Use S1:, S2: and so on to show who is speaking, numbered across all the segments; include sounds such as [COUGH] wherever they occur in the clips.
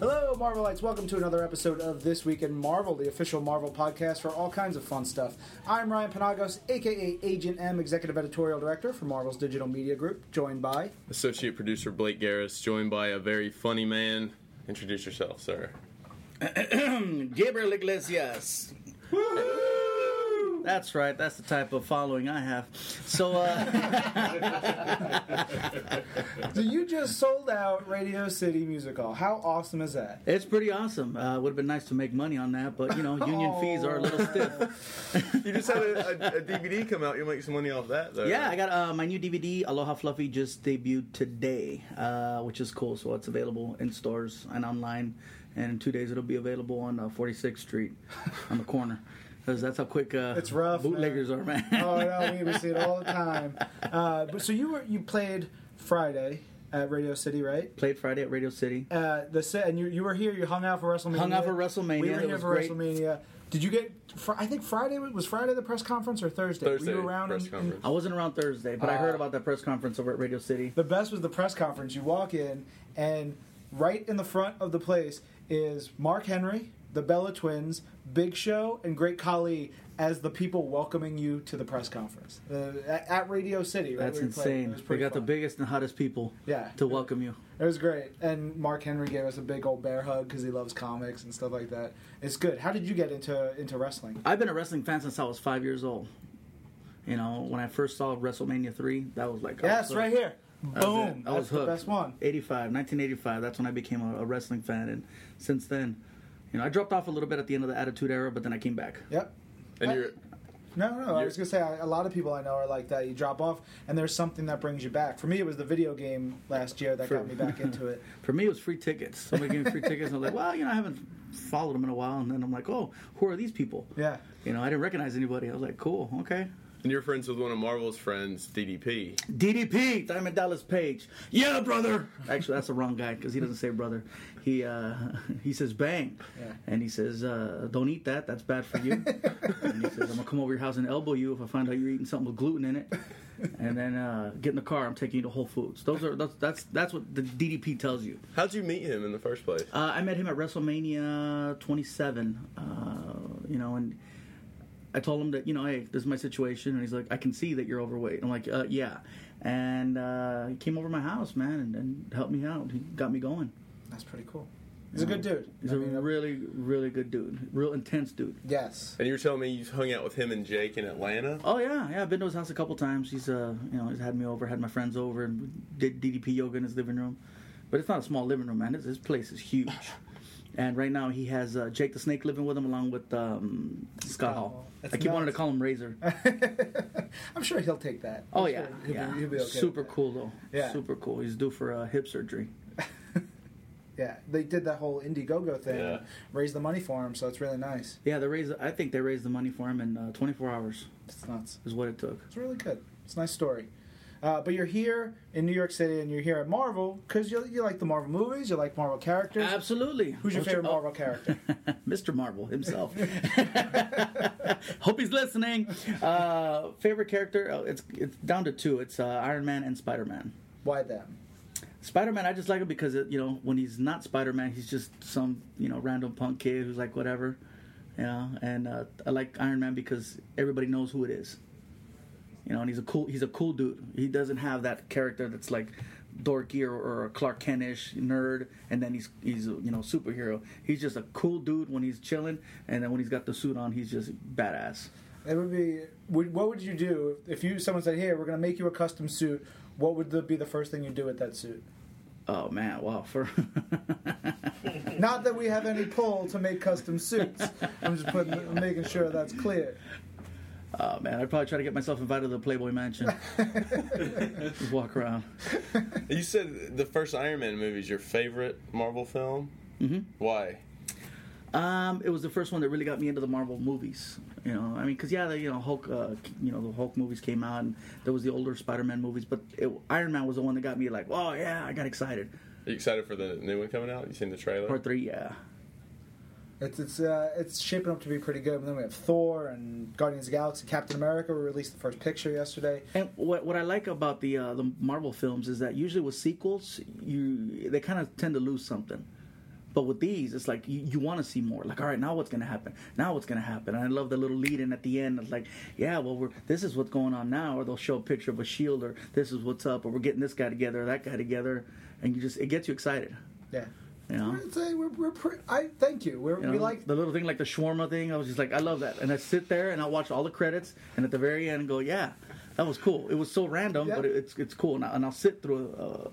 S1: Hello, Marvelites. Welcome to another episode of This Week in Marvel, the official Marvel podcast for all kinds of fun stuff. I'm Ryan Panagos, aka Agent M, Executive Editorial Director for Marvel's Digital Media Group, joined
S2: [LAUGHS]
S1: by.
S3: Associate producer Blake Garris, joined by a very funny man. Introduce yourself, sir.
S2: Gabriel Iglesias. That's right. That's the type of following I have. So,
S4: [LAUGHS]
S2: uh,
S1: So you just sold out Radio City Music Hall. How awesome is that?
S2: it's pretty awesome. Uh, would have been nice to make money on that, but you know, union fees are a little stiff.
S3: [LAUGHS] You just had a, a, a DVD come out. You'll make some money off that, though.
S2: Yeah, I got uh, my new DVD, Aloha Fluffy, just debuted today, uh, which is cool. So it's available in stores and online, and in two days it'll be available on uh, 46th Street, [LAUGHS] on the corner. 'Cause that's how quick uh,
S1: It's rough, man.
S2: bootleggers are, man.
S1: Oh no, we, we see it all the time. Uh, but so you were you played Friday at Radio City, right?
S2: [LAUGHS] Played Friday at Radio City.
S1: Uh, the set, and you, you were here. You hung out for WrestleMania.
S2: Hung out for WrestleMania,
S1: We were
S2: it
S1: here
S2: was
S1: for
S2: great.
S1: WrestleMania. Did you get? Fr- I think Friday was Friday the press conference or Thursday.
S3: Thursday
S1: were you around?
S3: press
S1: in- Oh,
S3: conference.
S2: I wasn't around Thursday, but I heard about that press conference over at Radio City.
S1: The best was the press conference. You walk in, and right in the front of the place is Mark Henry, the Bella Twins, Big Show, and Great Khali as the people welcoming you to the press conference uh, at, at Radio City. Right,
S2: That's
S1: where you played. It
S2: insane.
S1: was
S2: We
S1: pretty
S2: got the
S1: fun.
S2: biggest and hottest people
S1: Yeah.
S2: to welcome you.
S1: It was great, and Mark Henry gave us a big old bear hug because he loves comics and stuff like that. It's good. How did you get into into wrestling?
S2: I've been a wrestling fan since I was five years old. You know, when I first saw WrestleMania 3, that was like. I
S1: Yes,
S2: was
S1: right
S2: hooked.
S1: here. Boom.
S2: I was
S1: That's the
S2: hooked.
S1: best one.
S2: 85, 1985. That's when I became a, a wrestling fan. And since then, you know, I dropped off a little bit at the end of the Attitude Era, but then I came back.
S1: Yep.
S3: And you're
S1: No, no, I was gonna say I- a lot of people I know are like that. You drop off, and there's something that brings you back. For me, it was the video game last year that got me back into
S2: [LAUGHS]
S1: it.
S2: For me, it was free tickets. Somebody gave me free tickets, and I was like, well, you know, I haven't followed them in a while. And then I'm like, oh, who are these people?
S1: Yeah.
S2: You know, I didn't recognize anybody. I was like, cool, okay.
S3: and you're friends with one of Marvel's friends, DDP.
S2: DDP, Diamond Dallas Page. Yeah, brother. Actually, that's the wrong guy because he doesn't say brother. He uh, he says bang,
S1: Yeah.
S2: and he says uh, don't eat that. That's bad for you. and he says I'm gonna come over your house and elbow you if I find out you're eating something with gluten in it. And then uh, get in the car. I'm taking you to Whole Foods. Those are that's that's, that's what the DDP tells you.
S3: How'd you meet him in the first place?
S2: Uh, I met him at WrestleMania 27, uh, you know, and I told him that, you know, hey, this is my situation. And he's like, I can see that you're overweight. I'm like, uh, yeah. And uh, he came over to my house, man, and, and helped me out. He got me going. Um,
S1: That's pretty cool. He's a good dude.
S2: He's
S1: I
S2: a
S1: mean, uh,
S2: really, really good dude. Real intense dude.
S1: yes. [LAUGHS]
S3: And you were telling me you hung out with him and Jake in Atlanta.
S2: Oh yeah, yeah. I've been to his house a couple times. He's uh, you know, he's had me over, had my friends over, and we did DDP yoga in his living room. But it's not a small living room, man. This, this place is
S1: [LAUGHS]
S2: huge. And right now he has uh, Jake the Snake living with him, along with um, Scott Hall.
S1: That's
S2: I keep wanting to
S1: nuts.
S2: call him Razor.
S1: I'm sure he'll take that.
S2: Oh
S1: I'm
S2: yeah,
S1: sure he'll
S2: yeah.
S1: Be, he'll be okay with
S2: Super
S1: that.
S2: cool though.
S1: Yeah.
S2: Super cool. He's due for uh, hip surgery.
S1: [LAUGHS] Yeah, they did that whole Indiegogo thing,
S3: Yeah.
S1: raised the money for him, so it's really nice.
S2: Yeah, they raised. I think they raised the money for him in uh, 24 hours
S1: It's nuts.
S2: is what it took.
S1: It's really good. It's a nice story. Uh, but you're here in New York City, and you're here at Marvel because you, you like the Marvel movies, you like Marvel characters.
S2: Absolutely.
S1: Who's your
S2: Ultra-
S1: favorite
S2: oh,
S1: Marvel
S2: [LAUGHS]
S1: character?
S2: Mr. Marvel himself. [LAUGHS] Hope he's listening. Uh, favorite character? Oh, it's it's down to two. It's uh, Iron Man and Spider Man.
S1: Why them?
S2: Spider Man, I just like him because it, you know when he's not Spider Man, he's just some you know random punk kid who's like whatever, you know. And uh, I like Iron Man because everybody knows who it is, you know. And he's a cool he's a cool dude. He doesn't have that character that's like dorky or, or a Clark Kentish nerd, and then he's he's a, you know superhero. He's just a cool dude when he's chilling, and then when he's got the suit on, he's just badass.
S1: It would be. Would, what would you do if you someone said, "Hey, we're going to make you a custom suit"? What would the, be the first thing you do with that suit?
S2: Oh man, wow! For [LAUGHS]
S1: Not that we have any pull to make custom suits. I'm just putting, I'm making sure that's clear.
S2: oh man, I'd probably try to get myself invited to the Playboy Mansion. just walk around.
S3: You said the first Iron Man movie is your favorite Marvel film. Mm-hmm. Why?
S2: Um, it was the first one that really got me into the Marvel movies. You know, I mean, because yeah, the, you know Hulk, uh, you know the Hulk movies came out, and there was the older Spider-Man movies, but it, Iron Man was the one that got me like, oh yeah, I got excited.
S3: Are you excited for the new one coming out? You seen the trailer?
S2: Part three, yeah,
S1: It's it's uh, it's shaping up to be pretty good. And then we have Thor and Guardians of the Galaxy, Captain America. We released the first picture yesterday.
S2: and what what I like about the uh, the Marvel films is that usually with sequels, you they kind of tend to lose something. But with these, it's like you, you want to see more. Like, all right, now what's gonna happen? Now what's gonna happen? And I love the little lead in at the end. It's like, yeah, well, we're this is what's going on now, or they'll show a picture of a shield, or this is what's up, or we're getting this guy together, or that guy together, and you just it gets you excited.
S1: Yeah.
S2: You know?
S1: We're, say we're, we're pre- I thank you. We're,
S2: You
S1: we
S2: know,
S1: like
S2: the little thing like the shawarma thing. I was just like, I love that. And I sit there and I watch all the credits, and at the very end, go, yeah, that was cool. It was so random,
S1: Yeah.
S2: but it, it's it's cool. And, I, and I'll sit through uh,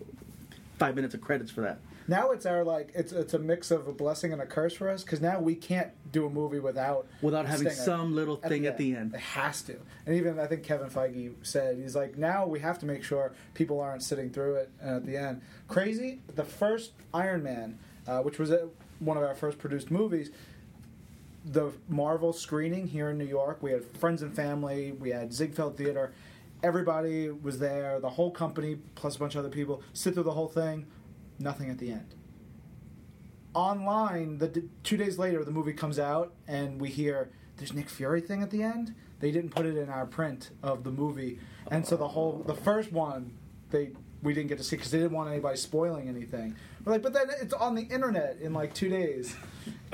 S2: five minutes of credits for that.
S1: now it's our like it's it's a mix of a blessing and a curse for us because now we can't do a movie without
S2: Without having
S1: Stinger
S2: some little thing at the end.
S1: It has to. And even I think Kevin Feige said he's like now we have to make sure people aren't sitting through it uh, at the end. Crazy. The first Iron Man, uh, which was uh one of our first produced movies, the Marvel screening here in New York. We had friends and family. We had Ziegfeld Theater. Everybody was there. The whole company plus a bunch of other people sit through the whole thing. Nothing at the end. Online, the d- two days later, the movie comes out, and we hear there's Nick Fury thing at the end. They didn't put it in our print of the movie, and so the whole the first one they we didn't get to see because they didn't want anybody spoiling anything. We're like, but then it's on the internet in like two days.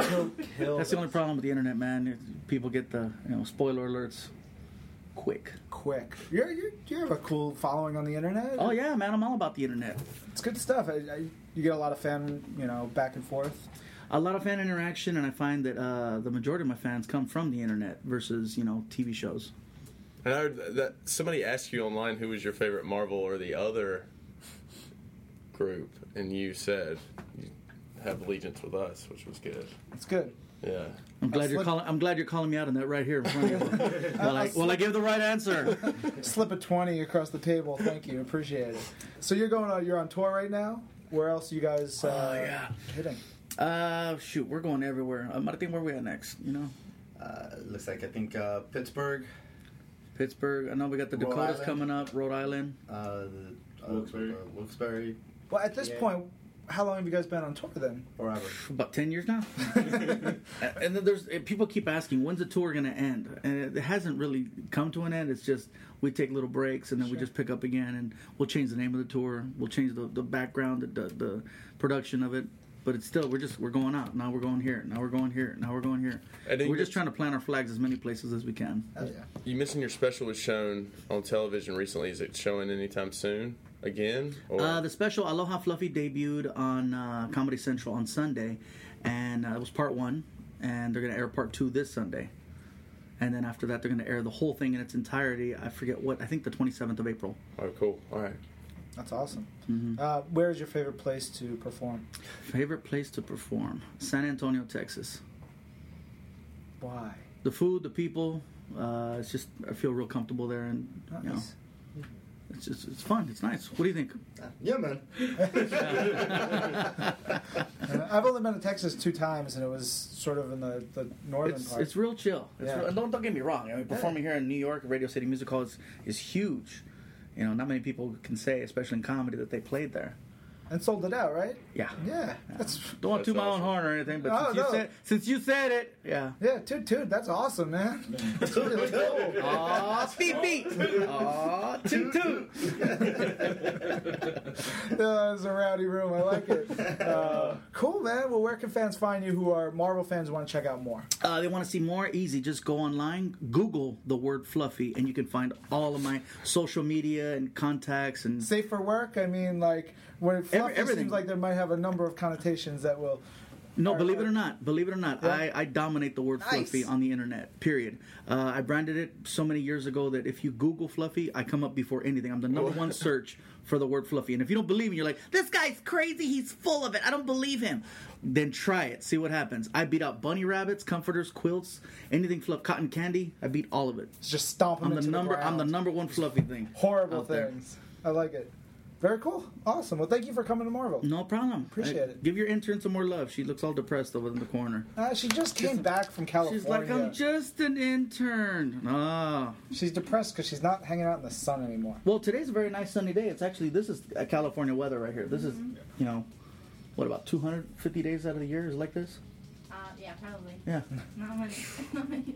S1: Kill- [LAUGHS] kill
S2: That's the only problem with the internet, man. is People get the you know spoiler alerts quick.
S1: quick. You're, you're, you have a cool following on the internet.
S2: Oh yeah, man, I'm all about the internet.
S1: It's good stuff. I, I, you get a lot of fan, you know, back and forth.
S2: A lot of fan interaction, and I find that uh, the majority of my fans come from the internet versus you know TV shows.
S3: And I heard that somebody asked you online who was your favorite Marvel or the other group, and you said you have allegiance with us, which was good.
S1: It's good.
S3: Yeah.
S2: I'm glad
S1: I'll
S2: you're
S1: slip-
S2: calling. I'm glad you're calling me out on that right here. In front of you. well, I,
S1: I'll
S2: well, I give the right [LAUGHS] answer.
S1: Slip a 20 across the table. Thank you. Appreciate it. So you're going on, you're on tour right now? Where else you guys uh,
S2: Oh, yeah.
S1: hitting?
S2: Uh, shoot, we're going everywhere. Um, I think where we at next? You know,
S4: Uh, looks like I think uh, Pittsburgh,
S2: Pittsburgh. I know we got the
S4: Rhode
S2: Dakotas
S4: Island.
S2: coming up. Rhode Island.
S4: uh, the, uh,
S5: Wilkes-Barre.
S4: uh, Wilkes-Barre,
S1: Well, at this
S4: Yeah.
S1: point, how long have you guys been on tour then?
S2: [LAUGHS]
S4: wherever.
S2: For about ten
S3: [LAUGHS]
S2: years now. A- and then there's eh, people keep asking when's the tour gonna end, and it hasn't really come to an end. It's just we take little breaks and then we just pick up again, and we'll change the name of the tour, we'll change the, the background, the, the the production of it. But it's still we're just we're going out now. We're going here now. We're going here now. We're going here.
S3: And then
S2: We're
S3: you're-
S2: just trying to plant our flags as many places as we can.
S1: Hell yeah.
S3: You mentioned your special was shown on television recently. Is it showing anytime soon again? Or
S2: Uh, the special Aloha Fluffy debuted on uh, Comedy Central on Sunday, and uh, it was part one. And they're going to air part two this Sunday, and then after that, they're going to air the whole thing in its entirety. I forget what I think the 27th of April.
S3: oh, cool. All right.
S1: That's awesome.
S2: Mm-hmm.
S1: Uh, where is your favorite place to perform?
S2: Favorite place to perform: San Antonio, Texas.
S1: Why?
S2: The food, the people. Uh, it's just I feel real comfortable there, and you know,
S1: Nice.
S2: it's just it's fun. It's nice. What do you think?
S4: Yeah, [LAUGHS] man.
S1: Uh, I've only been to Texas two times, and it was sort of in the, the northern
S2: It's,
S1: part.
S2: it's real chill. It's
S1: Yeah.
S2: real- don't don't get me wrong. I mean, performing here in New York, at Radio City Music Hall is, is huge. You know, not many people can say, especially in comedy, that they played there.
S1: and sold it out, right?
S2: Yeah.
S1: Yeah. That's
S2: Don't want to
S3: That's
S2: toot my
S3: awesome.
S2: own horn or anything, but
S1: Oh,
S2: since, you
S1: no.
S2: said, since you said it, yeah.
S1: yeah, dude, dude, that's awesome, man. [LAUGHS] That's really cool. [LAUGHS]
S2: Aw, beep beep. Aw, toot toot.
S1: [LAUGHS] Uh, it's a rowdy room. I like it. Uh, cool, man. Well, where can fans find you who are Marvel fans who want to check out more?
S2: Uh, they want to see more? Easy. Just go online, Google the word fluffy, and you can find all of my social media and contacts and
S1: Safe for work. I mean, like when fluffy
S2: everything.
S1: seems like there might have a number of connotations that will.
S2: No,
S1: Or-
S2: believe
S1: or-
S2: it or not, believe it or not, I, I dominate the word
S1: Nice.
S2: fluffy on the internet. Period. Uh, I branded it so many years ago that if you Google fluffy, I come up before anything. I'm the number
S1: Oh. [LAUGHS]
S2: one search for the word fluffy. And if you don't believe me, you're like, this guy's crazy. He's full of it. I don't believe him. Then try it. See what happens. I beat out bunny rabbits, comforters, quilts, anything fluff, cotton candy. I beat all of it.
S1: Just stomp them
S2: I'm the
S1: into
S2: number.
S1: The
S2: I'm the
S1: ground.
S2: number one fluffy thing.
S1: Horrible
S2: out there.
S1: things. I like it. Very cool. Awesome. Well, thank you for coming to Marvel.
S2: No problem.
S1: Appreciate
S2: Uh,
S1: it.
S2: Give your intern some more love. She looks all depressed over in the corner.
S1: Uh, she just came back from California.
S2: She's like, I'm just an intern. Ah.
S1: She's depressed because she's not hanging out in the sun anymore.
S2: Well, today's a very nice sunny day. It's actually this is uh, California weather right here. This is you know, what about 250 days out of the year is like this?
S6: Uh, yeah, probably.
S2: Yeah.
S6: Not many. [LAUGHS] Not many.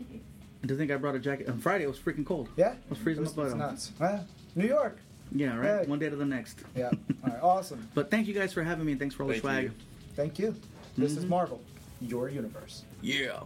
S2: I do think I brought a jacket. On Friday it was freaking cold.
S1: Yeah.
S2: It was freezing
S1: It's
S2: my butt off.
S1: nuts. Huh? New York.
S2: Yeah, right.
S1: Hey.
S2: One day to the next.
S1: Yeah. All right. Awesome.
S2: But thank you guys for having me and thanks for all
S3: Thank
S2: the swag.
S3: you.
S1: Thank you.
S2: Mm-hmm.
S1: This is Marvel, your universe.
S2: Yeah.